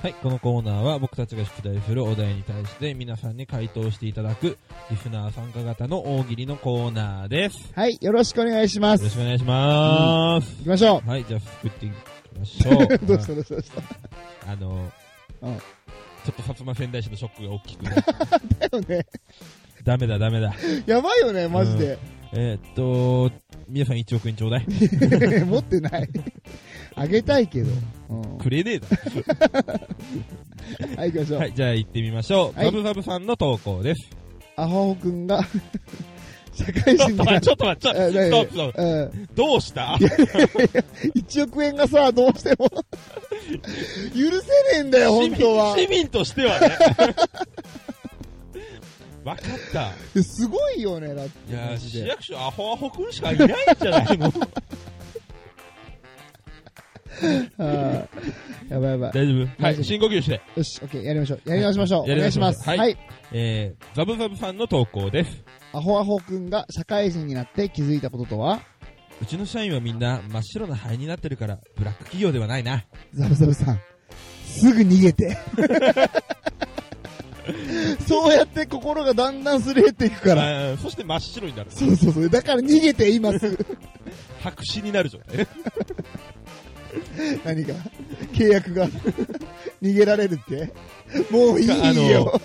Speaker 1: はい、このコーナーは僕たちが出題するお題に対して皆さんに回答していただくリスナー参加型の大喜利のコーナーです。よ
Speaker 2: はい、よろしくお願いします。
Speaker 1: ろしくお
Speaker 2: 行
Speaker 1: 願いしまーす。
Speaker 2: きましょ
Speaker 1: はい、じゃあ作っていきましょう。
Speaker 2: う。 <laughs> どうしたどうしたどうした
Speaker 1: あの、
Speaker 2: うん
Speaker 1: ちょっと薩摩仙台市のショックが大きくね。 <laughs>
Speaker 2: だよね。
Speaker 1: ダメだダメだ。
Speaker 2: <laughs> やばいよね、マジで。
Speaker 1: えーっと、皆さん1億円ち
Speaker 2: <laughs>
Speaker 1: ょうだい。
Speaker 2: 持ってない。あげたいけど。うん
Speaker 1: くれねえだ
Speaker 2: はい、行きましょ
Speaker 1: は
Speaker 2: う。
Speaker 1: い、じゃあ行ってみましょう。
Speaker 2: はい
Speaker 1: サブサブさんの投稿です。
Speaker 2: <laughs> アホくんが、 <laughs> 社会
Speaker 1: ちょっと
Speaker 2: 人に
Speaker 1: 待
Speaker 2: な
Speaker 1: って、ちょっと待って、
Speaker 2: え
Speaker 1: ちょっとス
Speaker 2: 何
Speaker 1: トップストッ
Speaker 2: うん
Speaker 1: プどうした
Speaker 2: 1億円がさ、どうしても、許せねえんだ
Speaker 1: 市
Speaker 2: よ、本
Speaker 1: 民
Speaker 2: 当は。
Speaker 1: 市民としては
Speaker 2: <laughs>
Speaker 1: ね。わかった。
Speaker 2: すごいよね、だって。
Speaker 1: いや
Speaker 2: マ
Speaker 1: ー、
Speaker 2: ジ
Speaker 1: 市
Speaker 2: で。
Speaker 1: 役所アホアホくんしかいないんじゃない
Speaker 2: <laughs>
Speaker 1: の
Speaker 2: あーやばいやば
Speaker 1: 大丈
Speaker 2: い。
Speaker 1: 夫は
Speaker 2: 大丈
Speaker 1: い、
Speaker 2: 夫
Speaker 1: 深呼吸して。
Speaker 2: よし、オッケー、やりましょう。やり直しましょ
Speaker 1: や
Speaker 2: う。お
Speaker 1: り
Speaker 2: 願
Speaker 1: 直
Speaker 2: い
Speaker 1: し
Speaker 2: し
Speaker 1: ま
Speaker 2: ま
Speaker 1: しょう
Speaker 2: す。はい。
Speaker 1: えー、ザブザブさんの投稿です。
Speaker 2: アホアホくんが社会人になって気づいたこととは
Speaker 1: うちの社員はみんな真っ白な灰になってるから、ブラック企業ではないな。
Speaker 2: ザブザブさん、すぐ逃げて。そうやって心がだんだんすれていくから。
Speaker 1: あーそして真っ白になる。
Speaker 2: そうそうそう。だから逃げて、今すぐ。
Speaker 1: 白紙になる状態。
Speaker 2: 何か、契約が。逃げられるって。もういいよ。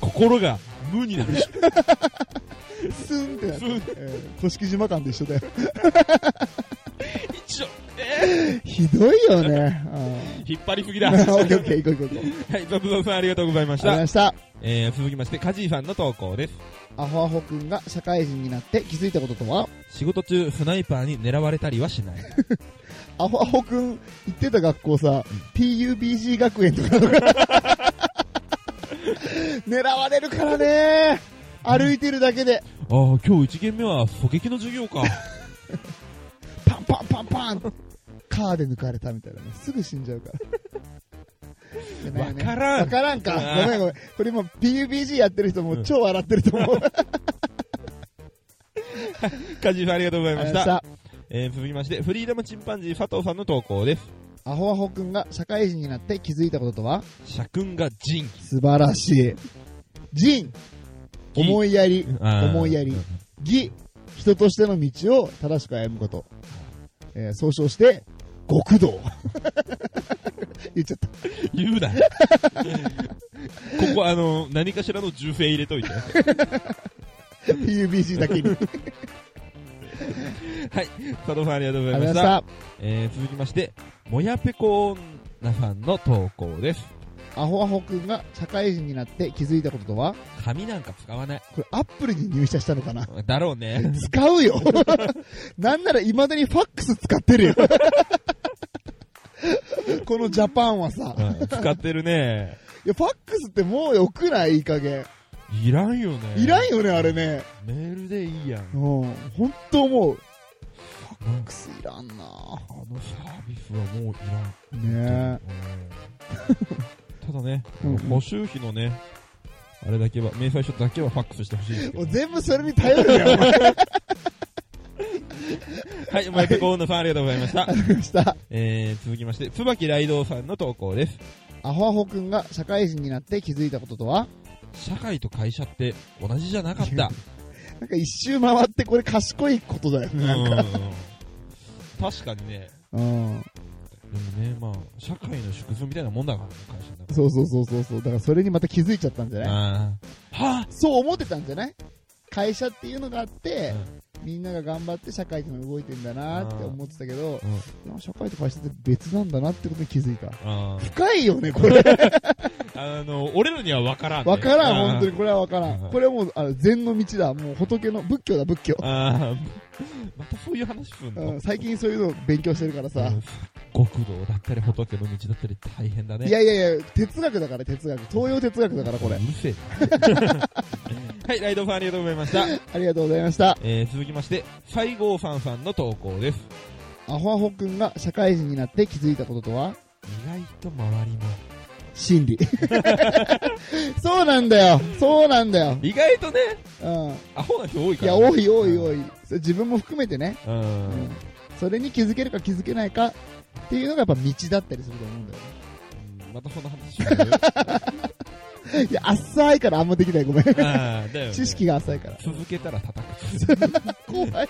Speaker 1: 心が無になる。
Speaker 2: スンってなって
Speaker 1: スン
Speaker 2: うん甑島間と一緒だよ
Speaker 1: 一応、
Speaker 2: ひどいよね <laughs>
Speaker 1: 引っ張りすぎ
Speaker 2: う
Speaker 1: だ。
Speaker 2: んオ
Speaker 1: はい、
Speaker 2: ッケーオッケー行こう行こう行こうありがとう
Speaker 1: ザブザブさんありがとうございまし
Speaker 2: ござい
Speaker 1: た。
Speaker 2: ました
Speaker 1: えー、続きまして、カジーさんの投稿です。
Speaker 2: アホアホくんが社会人になって気づいたこととは
Speaker 1: 仕事中、スナイパーに狙われたりはしない。
Speaker 2: アホアホくん行ってた学校さ PUBG 学園とかだ
Speaker 1: <laughs>
Speaker 2: から狙われるからね歩いてるだけで
Speaker 1: ああ、今日1限目は狙撃の授業か。
Speaker 2: パンパンパンパンカーで抜かれたみたいなねすぐ死んじゃうから
Speaker 1: わからん
Speaker 2: わからんか
Speaker 1: あー
Speaker 2: ごめんごめんこれ今 PUBG やってる人も超笑ってると思う
Speaker 1: カジーさんありがとうござい
Speaker 2: <laughs>
Speaker 1: ました。
Speaker 2: ありがとうございま
Speaker 1: えー、続きまして、フリーダムチンパンジー佐藤さんの投稿です。
Speaker 2: したアホアホくんが社会人になって気づいたこととは
Speaker 1: 社訓が仁義。
Speaker 2: 素晴らしい仁
Speaker 1: 義
Speaker 2: 思いやり
Speaker 1: あー
Speaker 2: 思いやり義人としての道を正しく歩むこと、えー総称して極道 <laughs> 言っちゃった
Speaker 1: 言うな。ここ、あの、何かしらの銃声入れといて。は
Speaker 2: PUBG だけにあり
Speaker 1: い。佐藤さんありがとうございま
Speaker 2: がとうございま
Speaker 1: し。
Speaker 2: したた
Speaker 1: えー、続きまして、もやぺこなファンの投稿です。
Speaker 2: アホアホくんが社会人になって気づいたこととは
Speaker 1: 紙なんか使わない。
Speaker 2: これアップルに入社したのかな
Speaker 1: だろう <laughs> ね。
Speaker 2: 使うよ <laughs> なんなら未だにファックス使ってるよ <laughs> このジャパンはさ、い
Speaker 1: うん使ってるね。
Speaker 2: や、ファックスってもう良くないいい加減。
Speaker 1: いらんよね。
Speaker 2: いらんよね、あれ。ね。
Speaker 1: メールでいいやん。
Speaker 2: うん、ほんと思う。フ
Speaker 1: な
Speaker 2: ァ
Speaker 1: ん
Speaker 2: ッ
Speaker 1: か
Speaker 2: クスいらんな
Speaker 1: あのサービスはもういらん。
Speaker 2: ね
Speaker 1: <laughs> うんただね、
Speaker 2: うん
Speaker 1: 補修費のね、あれだけは、明細書だけはファックスしてほしいですけど
Speaker 2: え。もう
Speaker 1: ね、
Speaker 2: 全部それに頼るよ、お前
Speaker 1: はい、マイクコーンのファンありがとうございました。
Speaker 2: した。
Speaker 1: えー、続きまして、椿雷道さんの投稿です。
Speaker 2: アホアホくんが社会人になって気づいたこととは
Speaker 1: 社会と会社って同じじゃなかった。
Speaker 2: なんか一周回ってこれ賢いことだよ
Speaker 1: う
Speaker 2: ね、なん
Speaker 1: ん
Speaker 2: か。。
Speaker 1: 確かにね、
Speaker 2: うん。
Speaker 1: でもね、まあ、社会の縮図みたいなもんだからね、会社の中
Speaker 2: そうそうそうそうそう。だからそれにまた気づいちゃったんじゃ
Speaker 1: で。
Speaker 2: ない
Speaker 1: あーは
Speaker 2: そう思ってたんじゃない会社っていうのがあって、
Speaker 1: うん
Speaker 2: みんなが頑張って社会っていうのが動いてんだなって思ってたけど
Speaker 1: あ、、うん
Speaker 2: でも社会と会社って別なんだなってことに気づいた。
Speaker 1: あ
Speaker 2: 深いよね、これ。
Speaker 1: ーあの、俺らには分からん、ね。
Speaker 2: わから
Speaker 1: あ
Speaker 2: ん、
Speaker 1: ー
Speaker 2: 本当に。これはわから
Speaker 1: うん
Speaker 2: ん。これはもう、あの、禅の道だ。もう仏の、仏教だ、仏教。
Speaker 1: ああ、またそういう話すん
Speaker 2: う
Speaker 1: の
Speaker 2: ん、最近そういうのを勉強してるからさ。
Speaker 1: うん極道だったり仏の道だったり大変だね。
Speaker 2: いやいやいや、哲学だから、哲学。東洋哲学だから、これ
Speaker 1: う。るせえ <laughs> なはい、ライドさんありがとうございました。
Speaker 2: ありがとうございました。
Speaker 1: えー、続きまして、西郷さんさんの投稿です。
Speaker 2: アホアホくんが社会人になって気づいたこととは
Speaker 1: 意外と周りも。
Speaker 2: 心理。 <laughs> そうなんだよ。そうなんだよ。
Speaker 1: 意外とね、
Speaker 2: うん。
Speaker 1: アホな人多い
Speaker 2: い
Speaker 1: から、
Speaker 2: や、
Speaker 1: ね。
Speaker 2: 多い多い多
Speaker 1: い。
Speaker 2: い。それ自分も含めてね。
Speaker 1: う
Speaker 2: うんん。それに気づけるか気づけないかっていうのがやっぱ道だったりすると思うんだよ
Speaker 1: またそんな話し
Speaker 2: <laughs>
Speaker 1: ようよ
Speaker 2: ね。いや、浅いからあんまできない。ごめ
Speaker 1: あ
Speaker 2: ん。
Speaker 1: ーだよね
Speaker 2: 知識が浅いから。
Speaker 1: 続けたら叩く。
Speaker 2: 怖い。
Speaker 1: はい、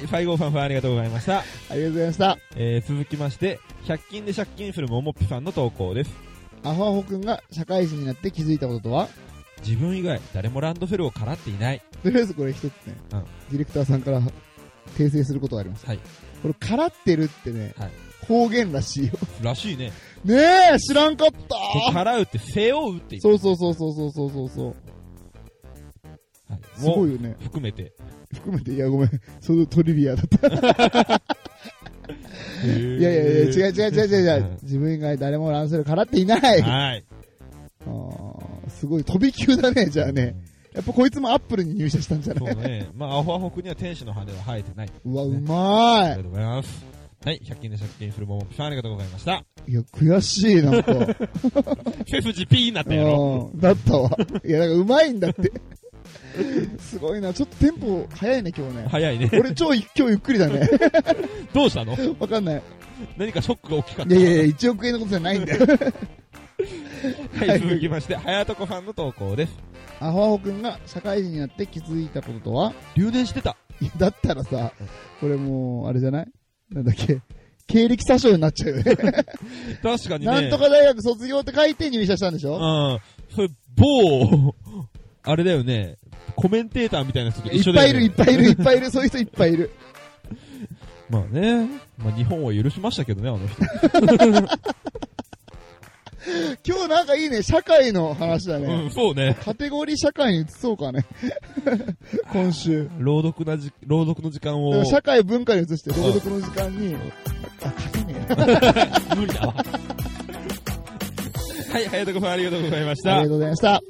Speaker 1: 西郷さんさんありがとうございました。
Speaker 2: ありがとうございました。
Speaker 1: えー、続きまして、100均で借金するももっぴさんの投稿です。
Speaker 2: アホアホくんが社会人になって気づいたこととは
Speaker 1: 自分以外誰もランドセルをからっていない。
Speaker 2: とりあえずこれ一つね、
Speaker 1: うん
Speaker 2: ディレクターさんから訂正することがあります。
Speaker 1: はい。
Speaker 2: これ、からってるってね、
Speaker 1: はい
Speaker 2: 方言らしいよ。
Speaker 1: らしいね。
Speaker 2: ねえ、知らんかっ
Speaker 1: で
Speaker 2: た
Speaker 1: からうって背負うっていう。
Speaker 2: そうそうそうそうそうそうそうそう。
Speaker 1: はい、
Speaker 2: すごい
Speaker 1: も
Speaker 2: よね。
Speaker 1: 含めて。
Speaker 2: 含めて、いやごめん、そのトリビアだった。 <laughs> いやいやいや、違う違う違う違う違う。自分以外誰もランセルからっていない。あ
Speaker 1: はい。
Speaker 2: ーすごい、飛び級だ <laughs> ね、じゃあね。やっぱこいつもアップルに入社したんじゃ
Speaker 1: うん。そ
Speaker 2: な
Speaker 1: う
Speaker 2: い
Speaker 1: ね。まあ、アホアホくには天使の羽は生えてない。
Speaker 2: うわ、う
Speaker 1: あ
Speaker 2: ま
Speaker 1: りがとうございます。はい、100均で借金するももぴさんありがとうございました。
Speaker 2: い。いや、悔しい、なんか。
Speaker 1: 背筋ピーにな <laughs> ったやろ。
Speaker 2: うんだったわ。いや、なんかうまいんだって。すごいな。ちょっとテンポ早いね、今日ね。
Speaker 1: 早いね。
Speaker 2: 俺超い今日ゆっくりだね。 <laughs>
Speaker 1: どうしたの
Speaker 2: わかんない。
Speaker 1: 何かショックが大きかっ
Speaker 2: いやいやいや、1億円のことじゃないんだよ。
Speaker 1: た。はい、続きまして、はやとこさんの投稿です。
Speaker 2: アホアホくんが社会人になって気づいたこととは
Speaker 1: 留年してた。
Speaker 2: いや <laughs> だったらさ、これもう、あれじゃないなんだっけ経歴詐称になっちゃうよね。
Speaker 1: 確かにね。
Speaker 2: なんとか大学卒業って書いて入社したんでしょ
Speaker 1: うん。それ、某、あれだよね。コメンテーターみたいな人と
Speaker 2: い
Speaker 1: 一緒
Speaker 2: っ
Speaker 1: だ
Speaker 2: ぱい
Speaker 1: よね。
Speaker 2: いる、いっぱいいる、いっぱいいる、そういう人いっぱいいる。
Speaker 1: まあね。まあ日本は許しましたけどね、あの人。
Speaker 2: 今日なんかいいね、社会の話だ
Speaker 1: う
Speaker 2: ね。
Speaker 1: ん、そうね。
Speaker 2: カテゴリー社会に移そう
Speaker 1: <laughs>
Speaker 2: かね。今週。
Speaker 1: 朗読なじ、朗読の時間
Speaker 2: だか
Speaker 1: を
Speaker 2: ら。社会文化に移して、朗読の時間に、あ、書けねえな。
Speaker 1: 無理だわ。はい、はやとこさんありがとうございました
Speaker 2: ありがとう。ございました。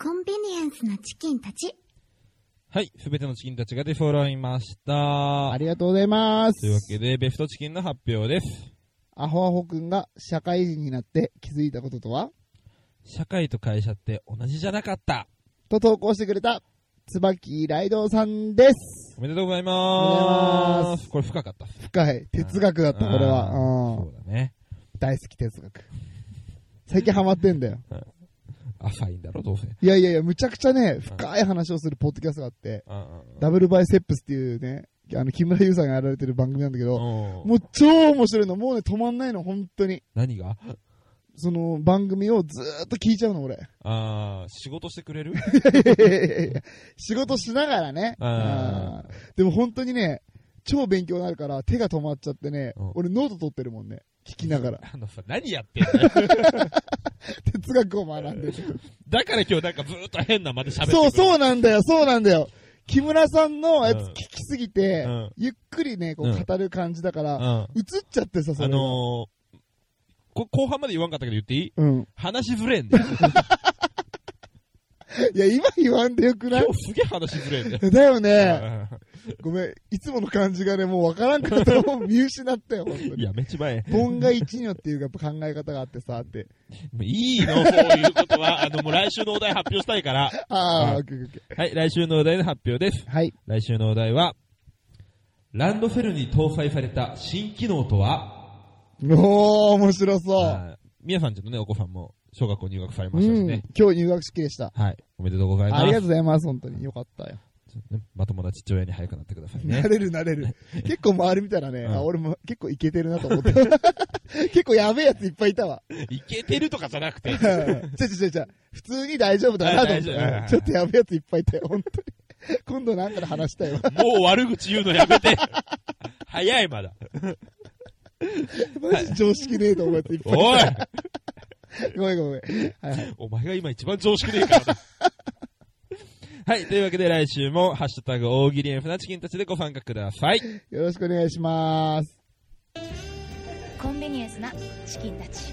Speaker 4: コンビニエンスなチキンたち。
Speaker 1: はい、すべてのチキンたちが出揃いました
Speaker 2: あ。りがとうございます
Speaker 1: という。わけで、ベストチキンの発表です。
Speaker 2: アホアホくんが社会人になって気づいたこととは
Speaker 1: 社会と会社って同じじゃなかった。
Speaker 2: と投稿してくれた、椿ライドウさんです。
Speaker 1: おめでとうござい
Speaker 2: おめでとうござ
Speaker 1: ま。
Speaker 2: います
Speaker 1: これ深かったっす。
Speaker 2: 深い。哲学だった、これは。
Speaker 1: あー
Speaker 2: う
Speaker 1: そ
Speaker 2: ん。
Speaker 1: うだね。
Speaker 2: 大好き哲学。最近ハマってんだよ。
Speaker 1: 浅いんだろ、どうせ。
Speaker 2: いやいやいや、むちゃくちゃね、深い話をするポッドキャストがあって、
Speaker 1: うん
Speaker 2: ダブルバイセップスっていうね、あの、木村優さんがやられてる番組なんだけど、
Speaker 1: うん
Speaker 2: もう超面白いの、もうね、止まんないの、本当に。
Speaker 1: 何が
Speaker 2: その番組をずーっと聞いちゃうの、俺。
Speaker 1: ああ、仕事してくれる
Speaker 2: <laughs> 仕事しながらね。
Speaker 1: あ
Speaker 2: あーでも本当にね、超勉強になるから手が止まっちゃってね
Speaker 1: うん、
Speaker 2: 俺ノート取ってるもんね。聞きながら、
Speaker 1: あのさ、何やってんだよ。
Speaker 2: 哲学を学んでて。
Speaker 1: だから今日なんかずーっと変なまで喋ってくる
Speaker 2: そう、そうなんだよ、そうなんだよ。木村さんのやつ
Speaker 1: うん
Speaker 2: 聞きすぎて、
Speaker 1: うん
Speaker 2: ゆっくりね、こ
Speaker 1: うん
Speaker 2: う語る感じだか
Speaker 1: うん。
Speaker 2: ら、
Speaker 1: あ
Speaker 2: 映っちゃってさ、それが。
Speaker 1: のー、こ後半まで言わんかったけど言っていい
Speaker 2: うん。
Speaker 1: 話ず
Speaker 2: <laughs>
Speaker 1: れんだよ。
Speaker 2: いや、今言わんでよく
Speaker 1: 今
Speaker 2: ない
Speaker 1: 日すげえ話ずれんだよ。
Speaker 2: だよ <laughs> ね。
Speaker 1: う
Speaker 2: ごめん。いつもの感じがね、もうわからんかった。もう見失ったよ、本当
Speaker 1: ん
Speaker 2: に。
Speaker 1: やめちまえ。
Speaker 2: ボンが一女っていうか、やっぱ考え方があってさ、って。
Speaker 1: もういいの、そういうことは。あの、もう来週のお題発表したいから。
Speaker 2: ああ、
Speaker 1: うん
Speaker 2: オッケーオッケーオッケ
Speaker 1: はい、来週のお題の発表です。
Speaker 2: ー。はい。
Speaker 1: 来週のお題は、ランドセルに搭載された新機能とは、
Speaker 2: おー、面白そう。
Speaker 1: あー皆さんちのね、お子さんも小学校入学されま
Speaker 2: う
Speaker 1: したし
Speaker 2: ん
Speaker 1: ね。。
Speaker 2: 今日入学式でした。
Speaker 1: はい、おめでとうございます。
Speaker 2: ありがとうございます、本当に。よかったよ。
Speaker 1: ねまともな父親に早くなってくださいね
Speaker 2: な。れるなれ
Speaker 1: <laughs>
Speaker 2: る。結構周り見たらね、
Speaker 1: うん
Speaker 2: あ俺も結構いけてるなと思って。 <laughs> 結構やべえやついっぱいいたわ。 <laughs>
Speaker 1: いけてるとかじゃなくて
Speaker 2: ちゃちゃちゃちゃ、普通に大丈夫だなと思っ
Speaker 1: はい大丈
Speaker 2: て。
Speaker 1: 夫
Speaker 2: ちょっとやべえやついっぱいいたよ、本当に。 <laughs> 今度なんかで話した
Speaker 1: <laughs>
Speaker 2: いわ。
Speaker 1: もう悪口言うのやめて。早いまだ。
Speaker 2: マジ常識ねえと思うやついっぱいい
Speaker 1: おい
Speaker 2: た。 <laughs> ごめんごめん。はいはい
Speaker 1: お前が今一番常識ねえからな。 <laughs> はい、というわけで来週も、ハッシュタグ大喜利エフなチキンたちでご参加ください。
Speaker 2: よろしくお願いします。
Speaker 5: コンビニエンスなチキンたち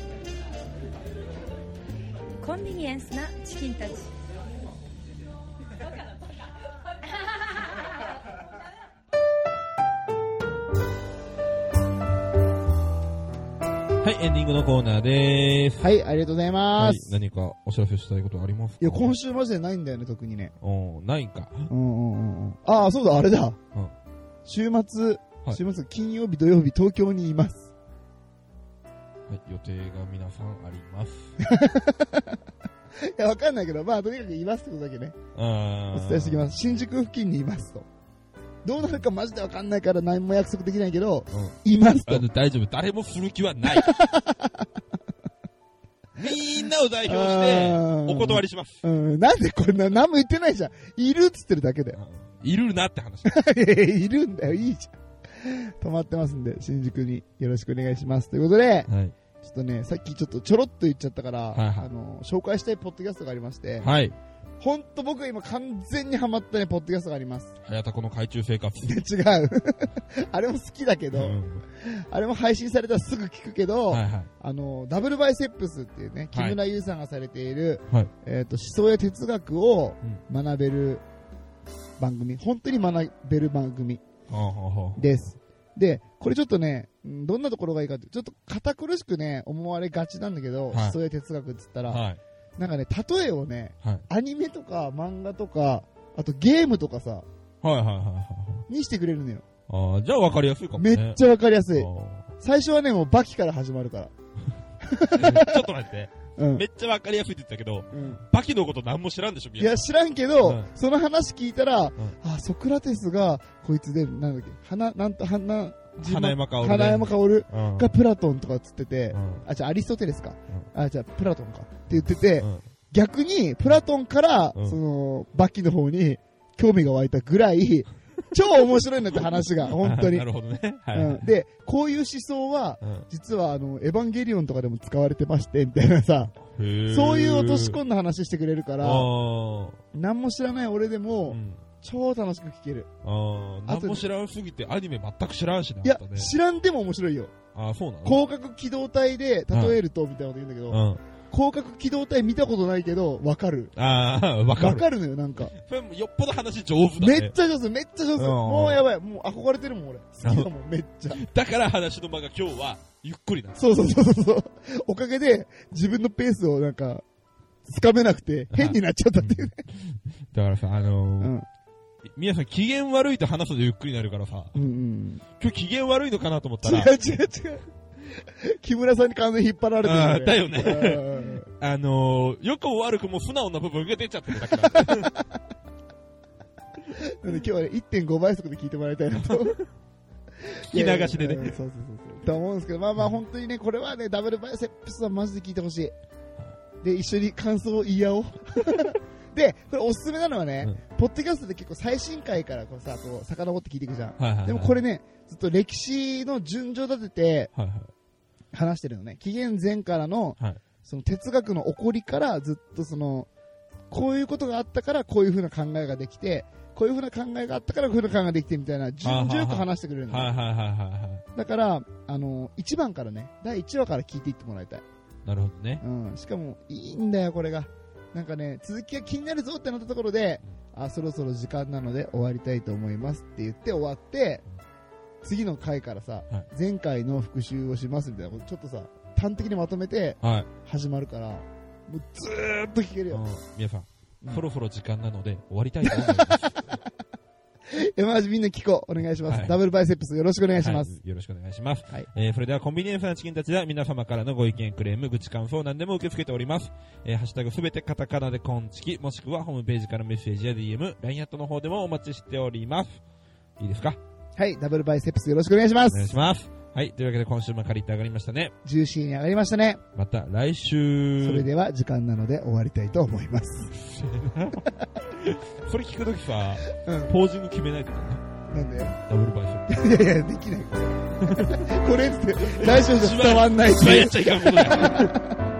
Speaker 5: コンビニエンスなチキンたち
Speaker 1: はい、エンディングのコーナーでーす。
Speaker 2: はい、ありがとうございま
Speaker 1: はい、
Speaker 2: す。
Speaker 1: 何かお知らせしたいことありますか
Speaker 2: いや、今週マジでないんだよね、特にね。
Speaker 1: おーないんか。
Speaker 2: うんうんうんうん。ああ、そうだ、あれだ。
Speaker 1: うん
Speaker 2: 週末、
Speaker 1: はい
Speaker 2: 週末、金曜日、土曜日、東京にいます。 <laughs>
Speaker 1: はい、予定が皆さんあります。
Speaker 2: いや、わかんないけど、まあ、とにかくいますってことだけね。
Speaker 1: あ
Speaker 2: お
Speaker 1: ー
Speaker 2: 伝えしておきます。新宿付近にいますと。どうなるかマジでわかんないから何も約束できないけど、
Speaker 1: うん
Speaker 2: いますと。
Speaker 1: あの大丈夫、誰も振る気は <laughs> ない。みんなを代表して、お断りします。
Speaker 2: うん、なんでこれな、何も言ってないじゃん。いるっつってるだけだよ。 <laughs>
Speaker 1: いるなって話。
Speaker 2: いるんだよ、いいじゃん。泊まってますんで、新宿によろしくお願いします。ということで、
Speaker 1: はい。
Speaker 2: ちょっとね、さっきちょっとちょろっと言っちゃったから、
Speaker 1: はいはい
Speaker 2: あの、紹介したいポッドキャストがありまして、
Speaker 1: はい。
Speaker 2: ほんと僕が今完全にハマったね、ポッドキャストがあ
Speaker 1: <laughs>
Speaker 2: ります。
Speaker 1: 早田この海中生活。
Speaker 2: で違う。あれも好きだけど、
Speaker 1: うん
Speaker 2: あれも配信されたらすぐ聞くけど、
Speaker 1: はいはい。
Speaker 2: あの、ダブルバイセップスっていうね、木村優さんがされている、
Speaker 1: はい
Speaker 2: えっ、と、思想や哲学を学べる番組、本当に学べる番組
Speaker 1: はあはあはあ
Speaker 2: です。で、これちょっとね、うんどんなところがいいかって、ちょっと堅苦しくね、思われがちなんだけど、
Speaker 1: はい
Speaker 2: 思想や哲学って言ったら、
Speaker 1: はい。
Speaker 2: なんかね、例えをね、
Speaker 1: はい。
Speaker 2: アニメとか漫画とか、あとゲームとかさ、
Speaker 1: はいはいはいはいはい。
Speaker 2: にしてくれるのよ。
Speaker 1: ああ、じゃあ分かりやすいかも
Speaker 2: め
Speaker 1: ね。
Speaker 2: っ
Speaker 1: ゃ
Speaker 2: ちゃわかりやすい。
Speaker 1: ち
Speaker 2: 最初はね、もうバキから始まるから。
Speaker 1: ょっと待って。
Speaker 2: うん
Speaker 1: め。っちゃ分かりやすいって言ったけど、
Speaker 2: うん
Speaker 1: バキのこと何も知らんでしょ、
Speaker 2: い
Speaker 1: みんな。
Speaker 2: や、知らんけど、
Speaker 1: うん
Speaker 2: その話聞いたら、
Speaker 1: ん
Speaker 2: あ、ソクラテスが、こいつで、なんだっけ、花、なんと、花、自慢
Speaker 1: 花山薫ね
Speaker 2: 花山薫
Speaker 1: うん
Speaker 2: がプラトンとかっつってて、
Speaker 1: うん
Speaker 2: あ、じゃあアリストテレスか。あ、じゃあプラトンか。って言ってて、
Speaker 1: うん
Speaker 2: 逆に、プラトンから、
Speaker 1: うん
Speaker 2: その、バキの方に、興味が湧いたぐら
Speaker 1: <laughs>
Speaker 2: い、超面白いんだって話が、本当に
Speaker 1: な。るほどね。 <laughs> はい。
Speaker 2: うん、で、こういう思想は、
Speaker 1: うん
Speaker 2: 実はあの、エヴァンゲリオンとかでも使われてまして、みたいなさ、そういう落とし
Speaker 1: ん
Speaker 2: 込んだ話してくれるか
Speaker 1: だ
Speaker 2: ら、何も知らない俺で
Speaker 1: う
Speaker 2: も、
Speaker 1: ん
Speaker 2: 超楽しく聞ける。
Speaker 1: ああ、
Speaker 2: あ
Speaker 1: 何
Speaker 2: と
Speaker 1: も知らんすぎてアニメ全く知らんしな。
Speaker 2: いや
Speaker 1: あと、ね、
Speaker 2: 知らんでも面白いよ。
Speaker 1: ああ、そうなの
Speaker 2: 広角機動隊で例えると、みたいなこと言うんだけ
Speaker 1: う
Speaker 2: ど、
Speaker 1: ん。
Speaker 2: 広角機動隊見たことないけど、わかる。
Speaker 1: ああ、わか
Speaker 2: わ
Speaker 1: る。
Speaker 2: かるのよ、なんか。
Speaker 1: それもよっぽど話上手だ
Speaker 2: め
Speaker 1: ね。
Speaker 2: っちゃ上手、めっちゃ上手。
Speaker 1: うん
Speaker 2: もうやばい、もう憧れてるもん、俺。好きだもん、めっちゃ。
Speaker 1: だから話の間が今日はゆっくりなんです。
Speaker 2: そうそうそうそうそう。おかげで、自分のペースをなんか、掴めなくて、変になっちゃったっていうね。
Speaker 1: だからさ、あ
Speaker 2: う
Speaker 1: のー、
Speaker 2: ん。
Speaker 1: 皆さん機嫌悪いと話すとゆっくりになるからさ、
Speaker 2: うんうん。
Speaker 1: 今日機嫌悪いのかなと思った
Speaker 2: 違う
Speaker 1: ら、
Speaker 2: 違う違う。木村さんに完全に引っ張られてる、
Speaker 1: ああ、だよね。
Speaker 2: ね。
Speaker 1: あのー、良くも悪くも素直な部分が出ちゃってるだけだから。
Speaker 2: なので今日はね、1.5倍速で聞いてもらいたいな
Speaker 1: <laughs>
Speaker 2: と。
Speaker 1: 聞き流しでね
Speaker 2: いやいやいやそうそうそうそう。と思うんですけど、まあまあ本当にね、これはね、ダブルバイセップスはマジで聞いてほしい。で、一緒に感想を言
Speaker 1: <laughs>
Speaker 2: い合おう。で、これおすすめなのはね、ポッドキャストで結構最新回からこうさ、こう、遡って聞いていくじゃん。
Speaker 1: はいはいはい
Speaker 2: でもこれね、ずっと歴史の順序立てて、
Speaker 1: はいはい。
Speaker 2: 話してるのね。紀元前からの、
Speaker 1: はい
Speaker 2: その哲学の起こりからずっとその、こういうことがあったからこういうふうな考えができて、こういうふうな考えがあったからこういうふうな考えができてみたいな、順々よく話してくれるのね、
Speaker 1: はいはいはいはいは
Speaker 2: だから、あの、1番からね、第1話から聞いていってもらいたい。
Speaker 1: い。なるほどね。
Speaker 2: うん、しかも、いいんだよ、これが。なんかね、続きが気になるぞってなったところで、あ、そろそろ時間なので終わりたいと思いますって言って終わって、次の回からさ、
Speaker 1: はい
Speaker 2: 前回の復習をしますみたいなこと、ちょっとさ、端的にまとめて
Speaker 1: はい。
Speaker 2: 始まるから、もうずーっと聞ける
Speaker 1: う
Speaker 2: よ。
Speaker 1: ん皆さん、
Speaker 2: うん
Speaker 1: そろそろ時間なので終わりたいと思います。
Speaker 2: え、マジみんな聞こう。お願いします。
Speaker 1: はい
Speaker 2: ダブルバイセップスよろしくお願いします。
Speaker 1: はいよろしくお願いします。
Speaker 2: はい
Speaker 1: えーそれではコンビニエンスなチキンたちでは皆様からのご意見、クレーム、愚痴、感想何でも受け付けております。えーハッシュタグすべてカタカナでコンチキ、もしくはホームページからメッセージや DM、LINE アットの方でもお待ちしております。いいですか
Speaker 2: はい、ダブルバイセップスよろしくお願いしま
Speaker 1: お願い
Speaker 2: す。
Speaker 1: します。はい、というわけで今週も借りて上がりましたね。
Speaker 2: ジューシーに上がりましたね。
Speaker 1: また来週。
Speaker 2: それでは時間なので終わりたいと思います。
Speaker 1: これ聞くときさ、
Speaker 2: うん。
Speaker 1: ポージング決めないとね。
Speaker 2: なんで
Speaker 1: ダブルバイシ
Speaker 2: いやいや、で <laughs> きない。これっつって、来週じゃ伝わんないって
Speaker 1: ョン。
Speaker 2: い
Speaker 1: や <laughs>
Speaker 2: う
Speaker 1: っちゃいかんことだよ。